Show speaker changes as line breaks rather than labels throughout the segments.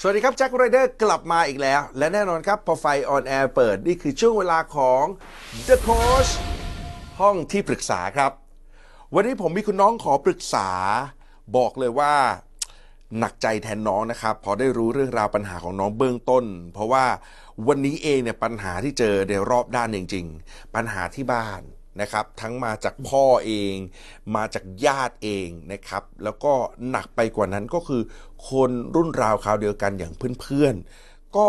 สวัสดีครับแจ็คไรเดอร์กลับมาอีกแล้ว และแน่นอนครับ พอไฟออนแอร์เปิด นี่คือช่วงเวลาของ The Coach ห้องที่ปรึกษาครับ วันนี้ผมมีคุณน้องขอปรึกษา บอกเลยว่า หนักใจแทนน้องนะครับพอได้รู้เรื่องราวปัญหาของน้องเบื้องต้น เพราะว่าวันนี้เองเนี่ยปัญหาที่เจอในรอบด้านจริง ๆ ปัญหาที่บ้านนะครับ ทั้งมาจากพ่อเอง มาจากญาติเองนะครับ แล้วก็หนักไปกว่านั้นก็คือ คนรุ่นราวคราวเดียวกันอย่างเพื่อนๆ ก็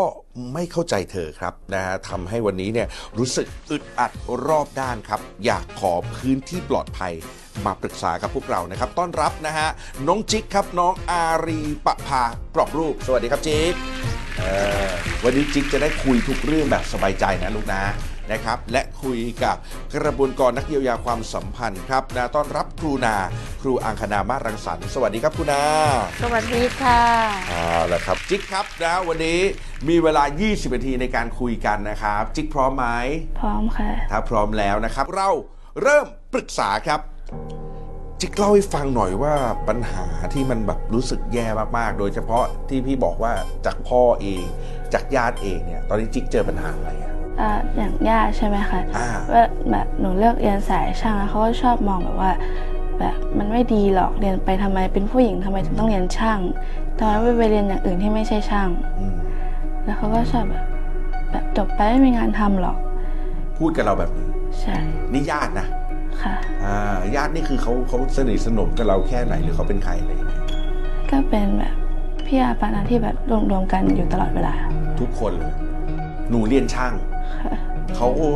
ไม่เข้าใจเธอครับนะฮะทำให้วันนี้เนี่ยรู้สึกอึดอัดรอบด้านครับ อยากขอพื้นที่ปลอดภัย มาปรึกษากับพวกเรานะครับ ต้อนรับนะฮะน้องจิ๊กครับน้องอารีปะภากรอบรูป สวัสดีครับจิ๊กเอ่อวันนี้จิ๊กจะได้คุยทุกเรื่องแบบสบายใจนะลูกนะนะครับ และคุยกับกระบวนกรนักเยียวยาความสัมพันธ์ครับนะต้อนรับครูนา ครูอังคณามาสรังสรรค์สวัสดีครับครูนา
สวัสดีค่ะ
เอาละครับจิ๊กครับนะวันนี้มีเวลา 20 นาทีในการคุยกันนะครับ จิ๊กพร้อมไหม
พร้อมค่ะ
ถ้าพร้อมแล้วนะครับ เราเริ่มปรึกษาครับ จิ๊กเล่าให้ฟังหน่อยว่าปัญหาที่มันแบบรู้สึกแย่มากๆ โดยเฉพาะที่พี่บอกว่าจากพ่อเอง จากญาติเองเนี่ยตอนนี้จิ๊กเจอปัญหาอะไรอะ
อ่าอย่างย่าใช่ไหมคะ
อ่า
ว่าแบบหนูเลือกเรียนสายช่างแล้วเขาก็ชอบมองแบบว่า แบบมันไม่ดีหรอกเรียนไปทำไมเป็นผู้หญิงทำไมถึงต้องเรียนช่างทำไมไม่ไปเรียนอย่างอื่นที่ไม่ใช่ช่าง
อืม
แล้วเขาก็ชอบแบบแบบจบไปไม่มีงานทำหรอก
พูดกับเราแบบนี้
ใช่
นี่ญาตินะ
ค่ะ
อ่าญาตินี่คือเขาเขาสนิทสนมกับเราแค่ไหนหรือเขาเป็นใครเลยงไง
ก็เป็นแบบพี่อาปานาที่แบบรวมๆกันอยู่ตลอดเวลา
ทุกคนเลยหนูเรียนช่าง
ค่ะ
เขาก็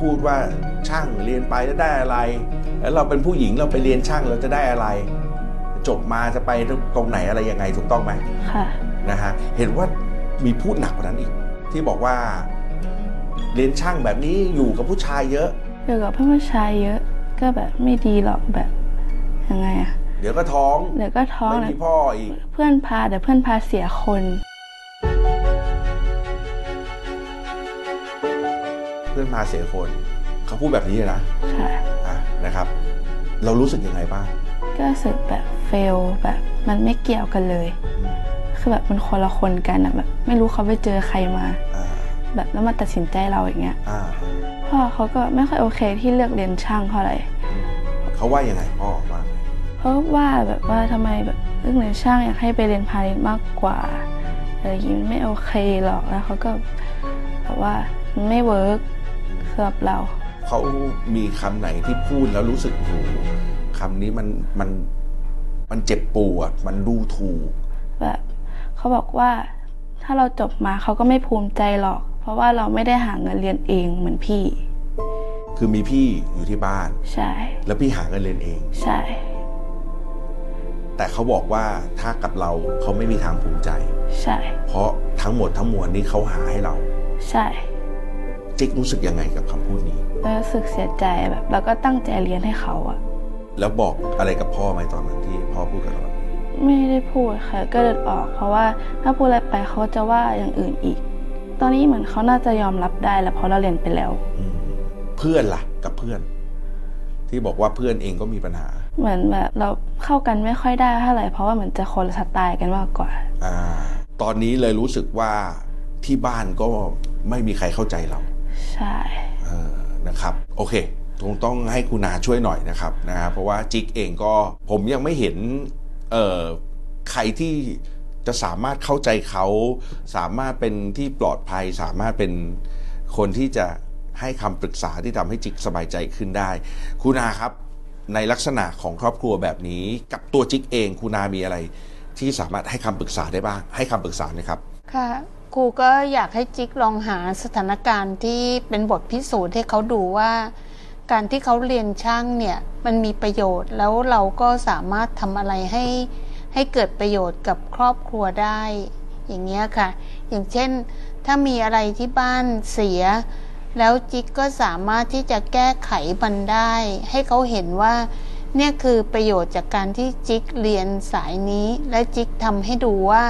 พูดว่าช่างเรียนไปจะได้อะไร แล้วเราเป็นผู้หญิงเราไปเรียนช่างเราจะได้อะไร จบมาจะไปตรงไหนอะไรยังไงถูกต้องไหม
ค่ะ
นะฮะเห็นว่ามีพูดหนักกว่านั้นอีก ที่บอกว่า เรียนช่างแบบนี้อยู่กับผู้ชายเยอะ
อยู่กับเพื่อนผู้ชายเยอะก็แบบไม่ดีหรอกแบบยังไงอะ
เดี๋ยวก็ท้อง
เดี๋ยวก็ท้อง
ไม่
เดี๋ยว
มีพ่ออีก
เพื่อนพาแต่เพื่อนพาเสียคน
เพื่อนมาเสียคนเขาพูดแบบนี้เลยนะ
ค่ะ
อ่ะนะครับ เรารู้สึกยังไงบ้าง
ก็รู้สึกแบบเฟลแบบมันไม่เกี่ยวกันเลย คือแบบมันคนละคนกันอะแบบไม่รู้เขาไปเจอใครมา
อ่า
แบบแล้วมาตัดสินใจเราอย่างเงี้ย
อ่าอ่า
พ่อเขาก็ไม่ค่อยโอเคที่เลือกเรียนช่างเท่าไหร่
เขาว่ายังไงพ่อออกมา
เพราะว่าแบบว่าทำไมแบบเลือกเรียนช่างอยากให้ไปเรียนพาณิชย์มากกว่าอะไรอย่างงี้มันไม่โอเคหรอกแล้วเขาก็แบบว่ามันไม่เวิร์กสำหรับเรา
เขามีคำไหนที่พูดแล้วรู้สึกโหคำนี้มันมันมันเจ็บปวดมันดูถูก
แบบเขาบอกว่าถ้าเราจบมาเขาก็ไม่ภูมิใจหรอก เพราะว่าเราไม่ได้หาเงินเรียนเองเหมือนพี่
คือมีพี่อยู่ที่บ้าน
ใช่
แล้วพี่หาเงินเรียนเอง
ใช่
แต่เขาบอกว่าถ้ากับเราเขาไม่มีทางภูมิใจ
ใช่
เพราะทั้งหมดทั้งมวลนี้เขาหาให้เรา
ใช่
จิ๊กรู้สึกยังไงกับคำพูดนี้
แล้วรู้สึกเสียใจแบบเราก็ตั้งใจเรียนให้เขาอะ
แล้วบอกอะไรกับพ่อไหมตอนนั้นที่พ่อพูดกับเราแบบนี้
ไม่ได้พูดค่ะก็เดินออก เพราะว่าถ้าพูดอะไรไปเขาจะว่าอย่างอื่นอีก ตอนนี้เหมือนเขาน่าจะยอมรับได้แล้วเพราะเราเรียนไปแล้ว
อืมเพื่อนล่ะ กับเพื่อน ที่บอกว่าเพื่อนเองก็มีปัญหา
เหมือนแบบเราเข้ากันไม่ค่อยได้เท่าไหร่เพราะว่าเหมือนจะคนละสไตล์กันมากกว่า
อ่า ตอนนี้เลยรู้สึกว่าที่บ้านก็ไม่มีใครเข้าใจเรา
ใช่
เออนะครับโอเคคงต้องให้คุณนาช่วยหน่อยนะครับนะฮะเพราะว่าจิกเองก็ผมยังไม่เห็นเอ่อใครที่จะสามารถเข้าใจเขา สามารถเป็นที่ปลอดภัย สามารถเป็นคนที่จะให้คำปรึกษาที่ทำให้จิกสบายใจขึ้นได้ คุณอาครับ ในลักษณะของครอบครัวแบบนี้ กับตัวจิกเองคุณนามีอะไร ที่สามารถให้คำปรึกษาได้บ้าง ให้คำปรึกษาหนะครับ
ค่ะครูก็อยากให้จิ๊กลองหาสถานการณ์ที่เป็นบทพิสูจน์ให้เขาดูว่า การที่เขาเรียนช่างเนี่ยมันมีประโยชน์ แล้วเราก็สามารถทำอะไรให้ให้เกิดประโยชน์กับครอบครัวได้ อย่างเงี้ยค่ะ อย่างเช่น ถ้ามีอะไรที่บ้านเสีย แล้วจิ๊กก็สามารถที่จะแก้ไขมันได้ ให้เขาเห็นว่า เนี่ยคือประโยชน์จากการที่จิ๊กเรียนสายนี้ และจิ๊กทำให้ดูว่า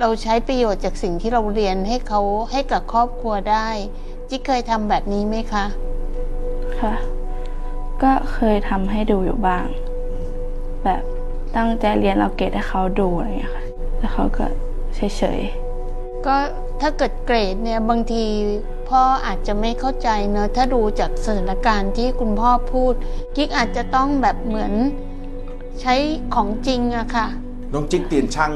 เราใช้ประโยชน์จากสิ่งที่เราเรียนให้เขาให้กับครอบครัวได้ จิ๊กเคยทำแบบนี้ไหมคะ
ค่ะ ก็เคยทำให้ดูอยู่บ้าง แบบตั้งใจเรียนเอาเกรดให้เขาดูอะไรอย่างเงี้ยค่ะ แล้วเขาก็ เฉย
ก็ถ้าเกิดเกรดเนี่ยบางทีพ่ออาจจะไม่เข้าใจเนอะถ้าดูจากสถานการณ์ที่คุณพ่อพูดกิ๊กอาจจะต้องแบบเหมือนใช้ของจริงอะค่ะ
น้องจิ๊กเรียนช่าง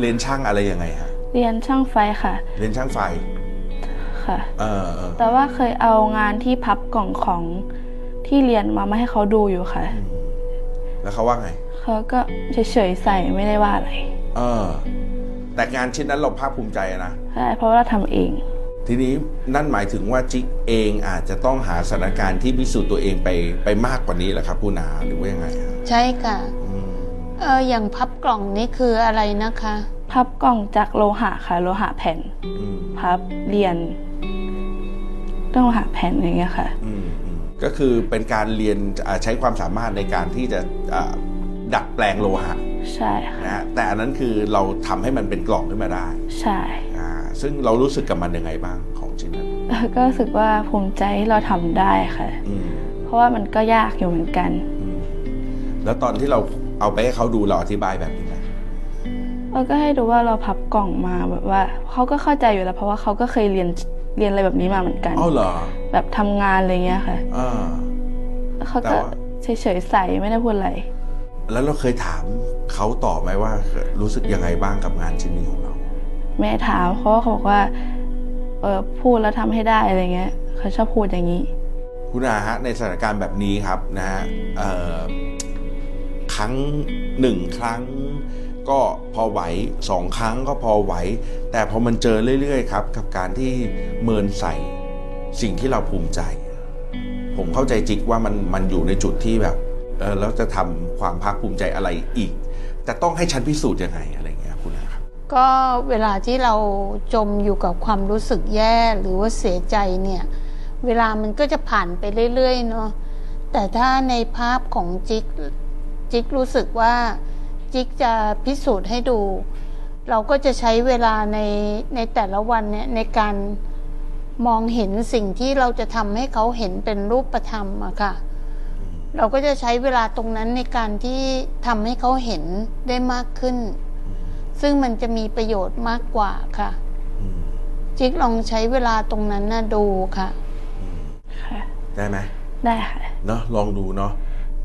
เรียนช่างอะไรยังไงฮะ
ๆ เรียนช่างไฟค่ะ
เรียนช่างไฟ
ค่ะ
เออเออ
แต่ว่าเคยเอางานที่พับกล่องของที่เรียนมามาให้เขาดูอยู่ค่ะ
แล้วเขาว่าไง
เขาก็เฉยๆใส่ไม่ได้ว่าอะไร
เออ แต่งานชิ้นนั้นเราภาคภูมิใจนะ
ใช่เพราะว่าเราทำเอง
ทีนี้นั่นหมายถึงว่าจิ๊กเองอาจจะต้องหาสถานการณ์ที่พิสูจน์ตัวเองไปไปมากกว่านี้แหละครับคุณอาหรือว่ายังไงฮะ
ใช่ค่ะ
อืม
เอออย่างพับกล่องนี่คืออะไรนะคะ
พับกล่องจากโลหะค่ะ โลหะแผ่น
อืม
พับเรียนเรื่องโลหะแผ่นอย่างเงี้ยค่ะ
อืมอืมก็คือเป็นการเรียนอ่าใช้ความสามารถในการที่จะอ่าดัดแปลงโลหะ
ใช่ค่ะ
นะฮะแต่อันนั้นคือเราทำให้มันเป็นกล่องขึ้นมาได้
ใช่
อ่าซึ่งเรารู้สึกกับมันยังไงบ้างของชิ้นนั้น
แล้วก็รู้สึกว่าภูมิใจที่เราทำได้ค่ะ
อืม
เพราะว่ามันก็ยากอยู่เหมือนกัน
อืมแล้วตอนที่เราเอาไปให้เขาดูเราอธิบายแบบนี้ไหม
เราก็ให้ดูว่าเราพับกล่องมาแบบว่าเขาก็เข้าใจอยู่แล้ว เพราะว่าเขาก็เคยเรียนเรียนอะไรแบบนี้มาเหมือนกัน
เอาเหรอ
แบบทำงานอะไรเงี้ยค่ะ
อ่า
เขาก็
แต่ว่า
เฉยๆใส่ไม่ได้พูดอะไร
แล้วเราเคยถามเขาต่อไหมว่ารู้สึกยังไงบ้างกับงานชิ้นนี้ของเรา
แม่ถามเขาก็บอกว่า เออพูดแล้วทำให้ได้อะไรเงี้ยเขาชอบพูดอย่างนี้
คุณอาฮะในสถานการณ์แบบนี้ครับนะฮะเอ่อครั้งหนึ่งครั้ง ก็พอไหวสองครั้งก็พอไหว แต่พอมันเจอเรื่อยๆครับ กับการที่เมินใส่สิ่งที่เราภูมิใจ ผมเข้าใจจิกว่ามันมันอยู่ในจุดที่แบบเออแล้วจะทำความภาคภูมิใจอะไรอีก จะต้องให้ฉันพิสูจน์ยังไงอะไรอย่างเงี้ยคุณอาครับ
ก็เวลาที่เราจมอยู่กับความรู้สึกแย่หรือว่าเสียใจเนี่ย เวลามันก็จะผ่านไปเรื่อยๆเนาะแต่ถ้าในภาพของจิ๊กจิ๊กรู้สึกว่าจิ๊กจะพิสูจน์ให้ดู เราก็จะใช้เวลาในในแต่ละวันเนี่ยในการมองเห็นสิ่งที่เราจะทำให้เขาเห็นเป็นรูปธรรมอะค่ะ เราก็จะใช้เวลาตรงนั้นในการที่ทำให้เขาเห็นได้มากขึ้น ซึ่งมันจะมีประโยชน์มากกว่าค่ะ
อืม
จิ๊กลองใช้เวลาตรงนั้นนะดูค่ะ
ค่ะ
ได้ไหม
ได้ค่ะ
เนาะลองดูเนาะ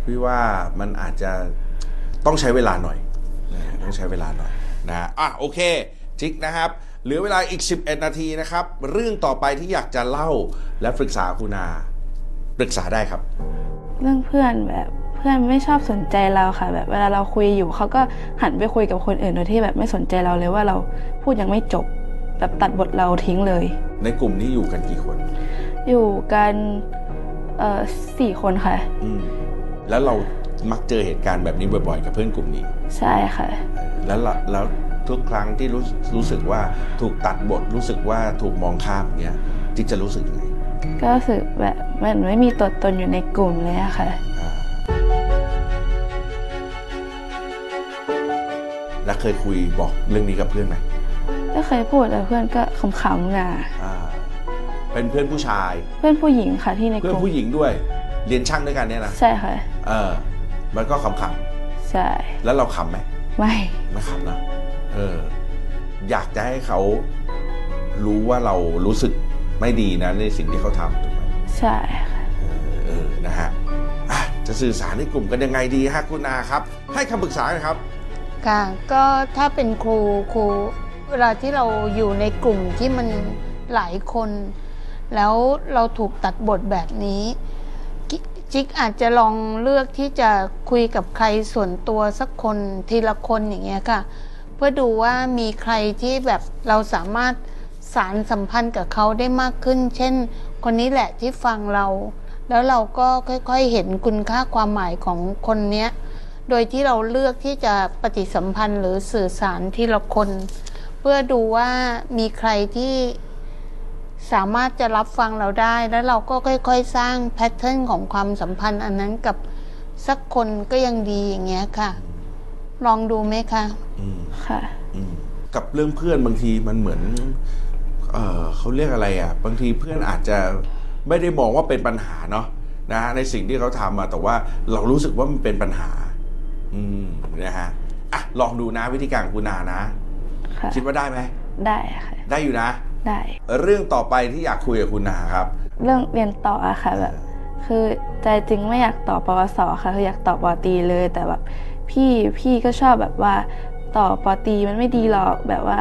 พี่ว่ามันอาจจะต้องใช้เวลาหน่อยนะฮะต้องใช้เวลาหน่อยนะฮะอ่ะโอเคจิกนะครับ เหลือเวลาอีก 11 นาทีนะครับ เรื่องต่อไปที่อยากจะเล่าและปรึกษาคุณอาปรึกษาได้ครับ
เรื่องเพื่อนแบบเพื่อนไม่ชอบสนใจเราค่ะ แบบเวลาเราคุยอยู่เขาก็หันไปคุยกับคนอื่นโดยที่แบบไม่สนใจเราเลยว่าเราพูดยังไม่จบ แบบตัดบทเราทิ้งเลย
ในกลุ่มนี้อยู่กันกี่คน
อยู่กันเอ่อสี่คนค่ะ
อืมแล้วเรามักเจอเหตุการณ์แบบนี้บ่อยๆ กับเพื่อนกลุ่มนี้
ใช่ค่ะ
แล้วละแล้วทุกครั้งที่รู้รู้สึกว่าถูกตัดบทรู้สึกว่าถูกมองข้ามอย่างเงี้ยจิกจะรู้สึกยังไง
ก็รู้สึกแบบมันไม่มีตัวตนอยู่ในกลุ่มเลยอะค่ะ
อ่าแล้วเคยคุยบอกเรื่องนี้กับเพื่อนไหม
ก็เคยพูดแต่เพื่อนก็ขำๆนะ
อ่า เป็นเพื่อนผู้ชาย
เพื่อนผู้หญิงค่ะที่ใน
เพื่
ก
อน
ลุ่ม
ผู้หญิงด้วย เรียนช่างด้วยกันเนี่ยนะ
ใช่ค่ะ
เออ มันก็ขำ
ใช่
ๆ แล้วเราขำไหม
ไม่
ไม่ขำนะ เออ อยากจะให้เขารู้ว่าเรารู้สึกไม่ดีนะในสิ่งที่เขาทำถูกไหม
ใช่ค่ะ
เออ นะฮะอ่ะจะสื่อสารในกลุ่มกันยังไงดีฮะคุณอาครับ ให้คำปรึกษาหนะครับ
ค่ะ ก็ถ้าเป็นครูครู เวลาที่เราอยู่ในกลุ่มที่มันหลายคน แล้วเราถูกตัดบทแบบนี้กิ๊กจิ๊กอาจจะลองเลือกที่จะคุยกับใครส่วนตัวสักคนทีละคนอย่างเงี้ยค่ะ เพื่อดูว่ามีใครที่แบบเราสามารถสารสัมพันธ์กับเขาได้มากขึ้น เช่น คนนี้แหละที่ฟังเรา แล้วเราก็ค่อยๆเห็นคุณค่าความหมายของคนเนี้ย โดยที่เราเลือกที่จะปฏิสัมพันธ์หรือสื่อสารทีละคน เพื่อดูว่ามีใครที่สามารถจะรับฟังเราได้ แล้วเราก็ค่อยๆ สร้างแพทเทิร์นของความสัมพันธ์อันนั้นกับสักคนก็ยังดีอย่างเงี้ยค่ะ ลองดูไหมคะ
อืม
ค่ะ
อืมกับเรื่องเพื่อนบางทีมันเหมือน เออเขาเรียกอะไรอ่ะ บางทีเพื่อนอาจจะไม่ได้มองว่าเป็นปัญหาเนาะนะฮะในสิ่งที่เขาทำอะแต่ว่าเรารู้สึกว่ามันเป็นปัญหา อืมนะฮะอ่ะลองดูนะวิธีการของคุณนานะ
ค่ะ ค่ะ
คิดว่าได้ไหม
ได้ค่ะ
ได้อยู่นะ
ได้
เรื่องต่อไปที่อยากคุยกับคุณนาครับ
เรื่องเรียนต่ออะค่ะแบบ คือใจจริงไม่อยากต่อปวสค่ะคืออยากต่อปอตรีเลย แต่แบบพี่พี่ก็ชอบแบบว่าต่อปอตรีมันไม่ดีหรอกแบบว่า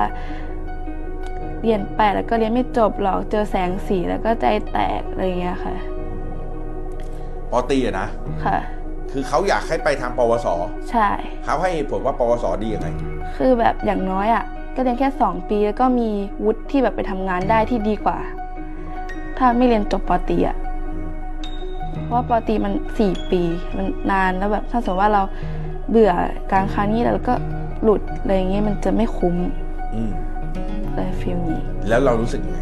เรียนไปแล้วก็เรียนไม่จบหรอกเจอแสงสีแล้วก็ใจแตกอะไรอย่างเงี้ยค่ะ
ปอตีอะนะ
ค่ะ
คือเขาอยากให้ไปทางปวส
ใช่
เขาให้เหตุผลว่าปวสดียังไง
คือแบบอย่างน้อยอะ่ะ ก็เรียนแค่ 2 ปีแล้วก็มีวุฒิที่แบบไปทำงานได้ที่ดีกว่า ถ้าไม่เรียนจบปอตรีอะ่ะเพราะว่าปอตรีมัน 4 ปีมันนานแล้วแบบถ้าสมมติว่าเราเบื่อกลางคันนี้แล้วก็หลุดอะไรอย่างเงี้ยมันจะไม่คุ้ม
อืม
อะไรฟิลนี้
แล้วเรารู้สึกยังไง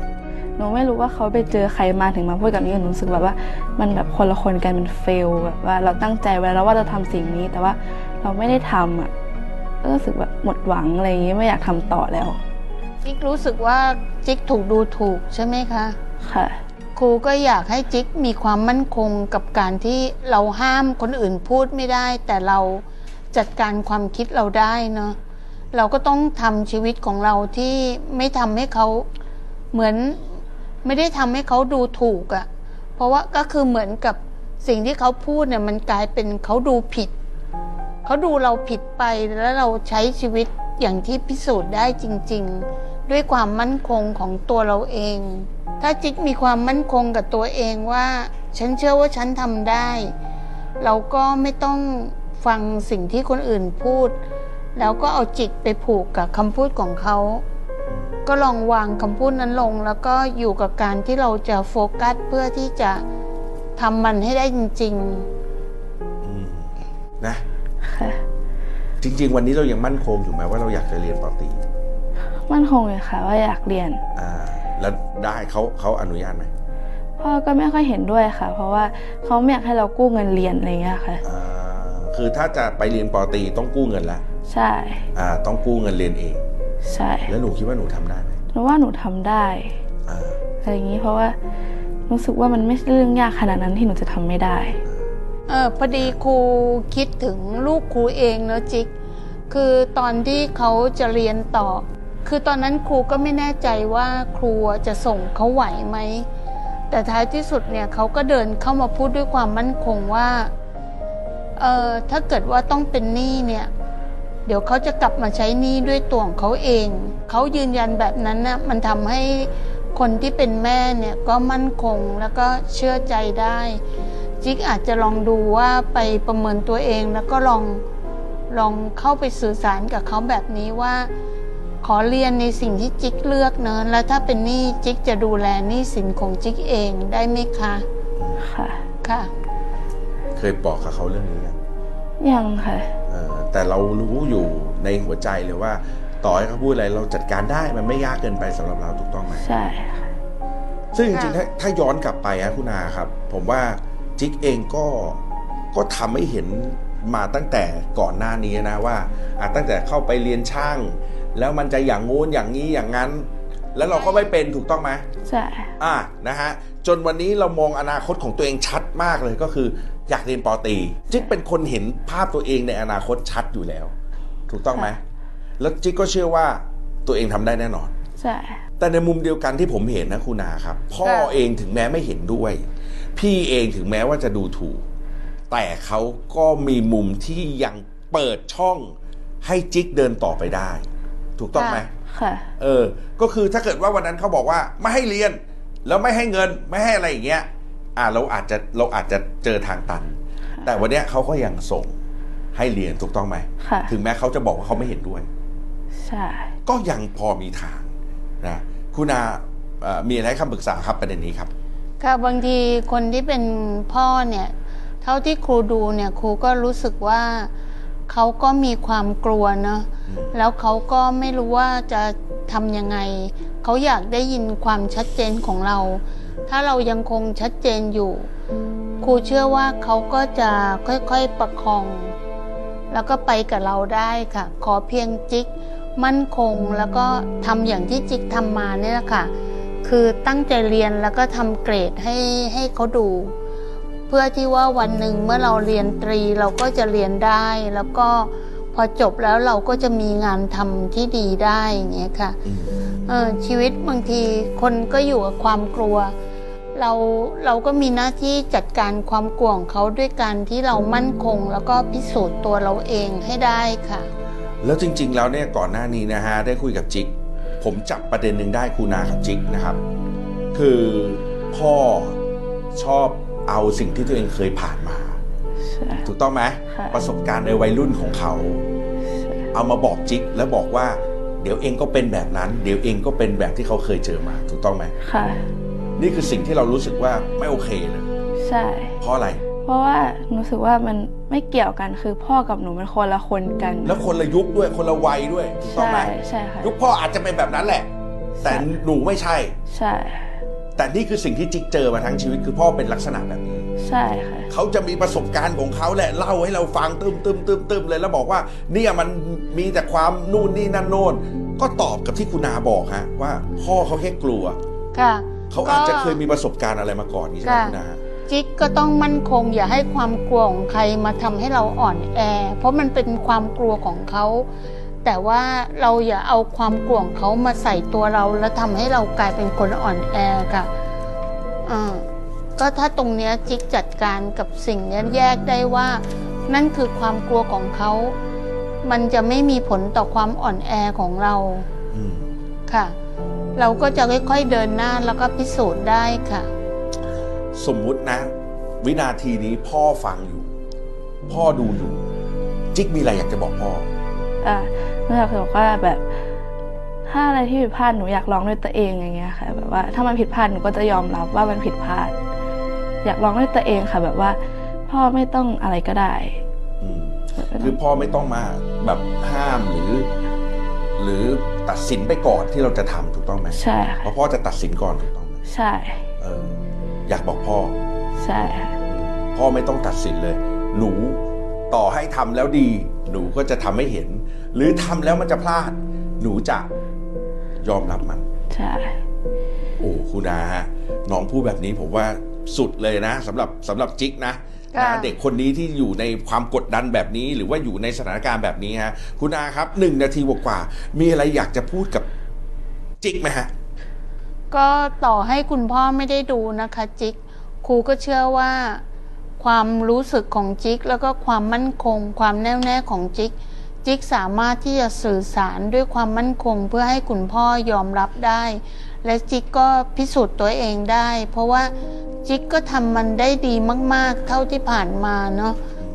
หนูไม่รู้ว่าเขาไปเจอใครมาถึงมาพูดกับนี้หนูรู้สึกแบบว่า มันแบบคนละคนกันมันเฟลแบบว่าเราตั้งใจไว้แล้วว่าเราทำสิ่งนี้ แต่ว่าเราไม่ได้ทำอ่ะก็รู้สึกแบบหมดหวังอะไรอย่างเงี้ยไม่อยากทำต่อแล้ว
จิ๊กรู้สึกว่าจิ๊กถูกดูถูกใช่ไหมคะ
ค่ะ
ครูก็อยากให้จิ๊กมีความมั่นคงกับการที่เราห้ามคนอื่นพูดไม่ได้ แต่เราจัดการความคิดเราได้เนาะเราก็ต้องทำชีวิตของเราที่ไม่ทำให้เขาเหมือนไม่ได้ทำให้เขาดูถูกอะ่ะ เพราะว่าก็คือเหมือนกับสิ่งที่เขาพูดเนี่ยมันกลายเป็นเขาดูผิด เขาดูเราผิดไปแล้วเราใช้ชีวิตอย่างที่พิสูจน์ได้จริง ๆ ด้วยความมั่นคงของตัวเราเอง ถ้าจิ๊กมีความมั่นคงกับตัวเองว่า ฉันเชื่อว่าฉันทำได้ เราก็ไม่ต้องฟังสิ่งที่คนอื่นพูด แล้วก็เอาจิตไปผูกกับคำพูดของเขา ก็ลองวางคำพูดนั้นลง แล้วก็อยู่กับการที่เราจะโฟกัสเพื่อที่จะทำมันให้ได้จริง ๆ
อืม นะ
ค่ะ
จริง ๆ วันนี้เรายังมั่นคงอยู่ไหมว่าเราอยากจะเรียนปอตี
มั่นคงเลยค่ะว่าอยากเรียน
อ่า แล้วได้เขาเขาอนุญาตไหม
พ่อก็ไม่ค่อยเห็นด้วยค่ะ เพราะว่าเขาไม่อยากให้เรากู้เงินเรียนอะไรเงี้ยค่ะ
อ่า คือถ้าจะไปเรียนปอตีต้องกู้เงินละ
ใช่
อ่า ต้องกู้เงินเรียนเอง
ใช่
แล้วหนูคิดว่าหนูทำได้ไหม
หนูว่าหนูทำได้
อ่า
อะไรอย่างนี้เพราะว่ารู้สึกว่ามันไม่ใช่เรื่องยากขนาดนั้นที่หนูจะทำไม่ได้
เออพอดีครูคิดถึงลูกครูเองเนอะจิก คือตอนที่เขาจะเรียนต่อ คือตอนนั้นครูก็ไม่แน่ใจว่าครูจะส่งเขาไหวไหม แต่ท้ายที่สุดเนี่ยเขาก็เดินเข้ามาพูดด้วยความมั่นคงว่า เออถ้าเกิดว่าต้องเป็นหนี้เนี่ย เดี๋ยวเขาจะกลับมาใช้หนี้ด้วยตัวของเขาเอง เขายืนยันแบบนั้นนะมันทำให้คนที่เป็นแม่เนี่ยก็มั่นคงแล้วก็เชื่อใจได้ จิ๊กอาจจะลองดูว่าไปประเมินตัวเองแล้วก็ลองลองเข้าไปสื่อสารกับเขาแบบนี้ว่า ขอเรียนในสิ่งที่จิ๊กเลือกเนอะแล้วถ้าเป็นหนี้จิ๊กจะดูแลหนี้สินของจิ๊กเองได้ไหมคะ
ค่ะ
ค่ะ
เคยบอกกับเขาเรื่องนี้ยัง
ยังค่ะ
เออแต่เรารู้อยู่ในหัวใจเลยว่า ต่อให้เขาพูดอะไรเราจัดการได้มันไม่ยากเกินไปสำหรับเราถูกต้องไหม
ใช่ค่ะ
ซึ่งจริงๆ
ค่ะ
ถ้าถ้าย้อนกลับไปนะคุณอาครับ ผมว่าจิ๊กเองก็ก็ทำให้เห็นมาตั้งแต่ก่อนหน้านี้นะว่าอ่ะตั้งแต่เข้าไปเรียนช่าง แล้วมันจะอย่างงู้นอย่างนี้อย่างนั้น แล้วเราก็ไม่เป็นถูกต้องไหม
ใช่
อ่านะฮะจนวันนี้เรามองอนาคตของตัวเองชัดมากเลยก็คือ อยากเรียนปอตรีจิ๊กเป็นคนเห็นภาพตัวเองในอนาคตชัดอยู่แล้ว ถูกต้องไหมแล้วจิ๊กก็เชื่อว่าตัวเองทำได้แน่นอน
ใช่
แต่ในมุมเดียวกันที่ผมเห็นนะคุณอาครับ พ่อเองถึงแม้ไม่เห็นด้วย พี่เองถึงแม้ว่าจะดูถูก แต่เขาก็มีมุมที่ยังเปิดช่องให้จิ๊กเดินต่อไปได้ ถูกต้องไหม
ค่ะ
ค่ะ
เออ ก็คือถ้าเกิดว่าวันนั้นเขาบอกว่าไม่ให้เรียน แล้วไม่ให้เงินไม่ให้อะไรอย่างเงี้ย อ่าเราอาจจะเราอาจจะเจอทางตัน แต่วันเนี้ยเขาก็ยังส่งให้เรียนถูกต้องไหม
ค่ะ
ถึงแม้เขาจะบอกว่าเขาไม่เห็นด้วย
ใช่
ก็ยังพอมีทางนะคุณอาเอ่อมีอะไรให้คำปรึกษาครับประเด็นนี้ครับ
ค่ะบางทีคนที่เป็นพ่อเนี่ย เท่าที่ครูดูเนี่ยครูก็รู้สึกว่าเขาก็มีความกลัวเนอะแล้วเขาก็ไม่รู้ว่าจะทำยังไง เขาอยากได้ยินความชัดเจนของเรา ถ้าเรายังคงชัดเจนอยู่ ครูเชื่อว่าเขาก็จะค่อยๆประคอง แล้วก็ไปกับเราได้ค่ะ ขอเพียงจิกมั่นคงแล้วก็ทำอย่างที่จิกทำมาเนี่ยแหละค่ะ คือตั้งใจเรียนแล้วก็ทำเกรดให้ให้เขาดู เพื่อที่ว่าวันหนึ่งเมื่อเราเรียนตรีเราก็จะเรียนได้ แล้วก็ พอจบแล้วเราก็จะมีงานทำที่ดีได้อย่างเงี้ยค่ะ
อืม
เออชีวิตบางทีคนก็อยู่กับความกลัว เราเราก็มีหน้าที่จัดการความกลัวของเขาด้วยการที่เรามั่นคง แล้วก็พิสูจน์ตัวเราเองให้ได้ค่ะ
แล้วจริง ๆ แล้วเนี่ยก่อนหน้านี้นะฮะได้คุยกับจิ๊ก ผมจับประเด็นหนึ่งได้ครูนากับจิ๊กนะครับ คือพ่อชอบเอาสิ่งที่ตัวเองเคยผ่านมา
ใช่
ถูกต้องไหม
ค่ะ
ประสบการณ์ในวัยรุ่นของเขา เอามาบอกจิ๊กแล้วบอกว่า เดี๋ยวเองก็เป็นแบบนั้น เดี๋ยวเองก็เป็นแบบที่เขาเคยเจอมา ถูกต้องไหม
ค่ะ
นี่คือสิ่งที่เรารู้สึกว่าไม่โอเคเลย
ใช่
เพราะอะไร
เพราะว่าหนูรู้สึกว่ามันไม่เกี่ยวกันคือพ่อกับหนูมันคนละคนกัน
แล้วคนละยุคด้วยคนละวัยด้วยถูกต้อง
ใช่
ไหม
ใช่ค่ะ
ยุคพ่ออาจจะเป็นแบบนั้นแหละ แต่
ใช่
หนูไม่ใช่
ใช่
แต่นี่คือสิ่งที่จิ๊กเจอมาทั้งชีวิตคือพ่อเป็นลักษณะแบบนี้
ใช่ค่ะ
เขาจะมีประสบการณ์ของเขาแหละเล่าให้เราฟังตึมตึมตึมตึมเลยแล้วบอกว่า เนี่ยมันมีแต่ความนู่นนี่นั่นโน่นก็ตอบกับที่คุณนาบอกฮะว่า พ่อเขาแค่กลัว
ค่ะ
เขาอาจจะเคยมีประสบการณ์อะไรมาก่อนนี่ใช่ไหม
ค่ะ
คุณนาฮะ
จิ๊กก็ต้องมั่นคง อย่าให้ความกลัวของใครมาทำให้เราอ่อนแอ เพราะมันเป็นความกลัวของเขา แต่ว่าเราอย่าเอาความกลัวของเขามาใส่ตัวเรา แล้วทำให้เรากลายเป็นคนอ่อนแอค่ะอ่าก็ถ้าตรงเนี้ยจิ๊กจัดการกับสิ่งเนี้ยแยกได้ว่า นั่นคือความกลัวของเขา มันจะไม่มีผลต่อความอ่อนแอของเรา
อืม
ค่ะ เราก็จะค่อยๆเดินหน้าแล้วก็พิสูจน์ได้ค่ะ
สมมุตินะ วินาทีนี้พ่อฟังอยู่ พ่อดูอยู่ จิ๊กมีอะไรอยากจะบอกพ่อ
อ่ะหนูอยากจะบอกว่าแบบ ถ้าอะไรที่ผิดพลาดหนูอยากลองด้วยตัวเองอย่างเงี้ยค่ะ แบบว่าถ้ามันผิดพลาดหนูก็จะยอมรับว่ามันผิดพลาด อยากลองด้วยตัวเองค่ะ แบบว่า พ่อไม่ต้องอะไรก็ได้
อืม
แบบไม่ต้
คื
อง
อพ่อไม่ต้องมาแบบห้ามหรือ หรือตัดสินไปก่อนที่เราจะทำถูกต้องไหม
ใช่
เพ
ค่ะ
ราะพ่อจะตัดสินก่อนถูกต้องไหม
ใช่
เอออยากบอกพ่อ
ใช่ค่ะ
พ่อไม่ต้องตัดสินเลย หนูต่อให้ทำแล้วดี หนูก็จะทำให้เห็น หรือทำแล้วมันจะพลาด หนูจะยอมรับมัน
ใช่
โอ้คุณอาฮะน้องพูดแบบนี้ผมว่าสุดเลยนะสำหรับสำหรับจิ๊กนะนะ
ค่ะ
เด็กคนนี้ที่อยู่ในความกดดันแบบนี้ หรือว่าอยู่ในสถานการณ์แบบนี้ฮะคุณอาครับหนึ่งนาทีกว่าๆมีอะไรอยากจะพูดกับจิ๊กไหมฮะ
ก็ต่อให้คุณพ่อไม่ได้ดูนะคะจิกครูก็เชื่อว่า ความรู้สึกของจิกแล้วก็ความมั่นคง ความแน่วแน่ของจิกจิกสามารถที่จะสื่อสารด้วยความมั่นคง เพื่อให้คุณพ่อยอมรับได้ และจิกก็พิสูจน์ตัวเองได้ เพราะว่าจิกก็ทำมันได้ดีมาก ๆ เท่าที่ผ่านมาเนาะ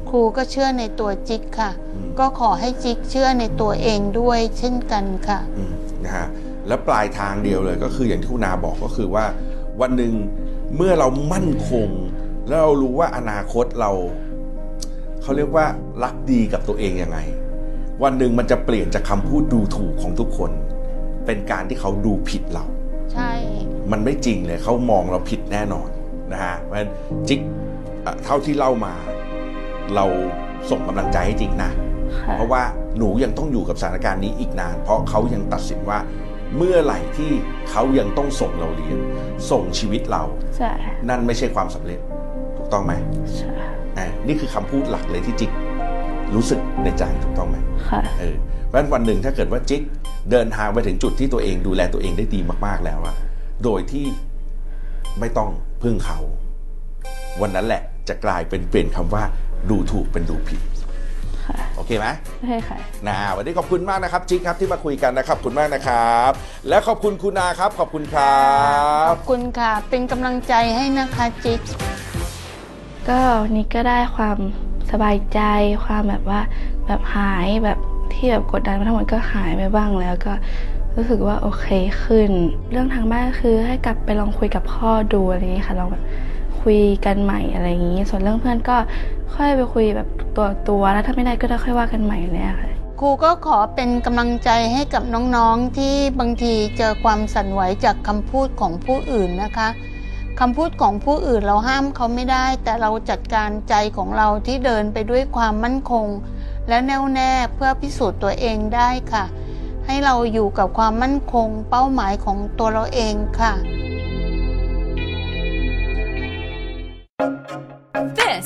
ครูก็เชื่อในตัวจิกค่ะ
อืม
ก็ขอให้จิกเชื่อในตัวเองด้วย เช่นกันค่ะ
อืมนะฮะและปลายทางเดียวเลยก็คืออย่างที่คุณอาบอกก็คือว่า วันหนึ่งเมื่อเรามั่นคง แล้วเรารู้ว่าอนาคตเราเขาเรียกว่ารักดีกับตัวเองยังไง วันหนึ่งมันจะเปลี่ยนจากคำพูดดูถูกของทุกคน เป็นการที่เขาดูผิดเรา
ใช่
มันไม่จริงเลยเขามองเราผิดแน่นอนนะฮะเพราะฉะนั้นจิ๊กเอ่อเท่าที่เล่ามา เราส่งกำลังใจให้จิ๊กนะ
ค่ะ
เพราะว่าหนูยังต้องอยู่กับสถานการณ์นี้อีกนาน เพราะเขายังตัดสินว่า เมื่อไหร่ที่เขายังต้องส่งเราเรียน ส่งชีวิตเรา
ใช่
นั่นไม่ใช่ความสำเร็จ ถูกต้องไหม
ใช่
อ่ะนี่คือคำพูดหลักเลยที่จิกรู้สึกในใจถูกต้องไหม
ค่ะ
เออเพราะฉะนั้นวันหนึ่งถ้าเกิดว่าจิกเดินทางไปถึงจุดที่ตัวเองดูแลตัวเองได้ดีมากๆแล้วอะโดยที่ไม่ต้องพึ่งเขา วันนั้นแหละจะกลายเป็นเปลี่ยนคำว่า ดูถูกเป็นดูผิด
ค่ะ
โอเคไหม
โอเคค่ะ
นะวันนี้ขอบคุณมากนะครับจิ๊กครับที่มาคุยกันนะครับขอบคุณมากนะครับ และขอบคุณคุณนาครับขอบคุณครั
ข
บ
อบคุณค่ะ เป็นกำลังใจให้นะคะจิ๊ก
ก็วันนี้ก็ได้ความสบายใจความแบบว่าแบบหายแบบที่แบบกดดันมาทั้งหมดก็หายไปบ้างแล้วก็รู้สึกว่าโอเคขึ้น เรื่องทางบ้านคือให้กลับไปลองคุยกับพ่อดูอะไรอย่างนี้ค่ะลองแบบคุยกันใหม่อะไรอย่างนี้ ส่วนเรื่องเพื่อนก็ค่อยไปคุยแบบตัวตัวๆแล้วถ้าไม่ได้ก็ได้ค่อยว่ากันใหม่เลยอะค่ะ
ครูก็ขอเป็นกำลังใจให้กับน้องๆที่บางทีเจอความสั่นไหวจากคำพูดของผู้อื่นนะคะคำพูดของผู้อื่นเราห้ามเขาไม่ได้ แต่เราจัดการใจของเราที่เดินไปด้วยความมั่นคง และแน่วแน่เพื่อพิสูจน์ตัวเองได้ค่ะ ให้เราอยู่กับความมั่นคง เป้าหมายของตัวเราเองค่ะ
This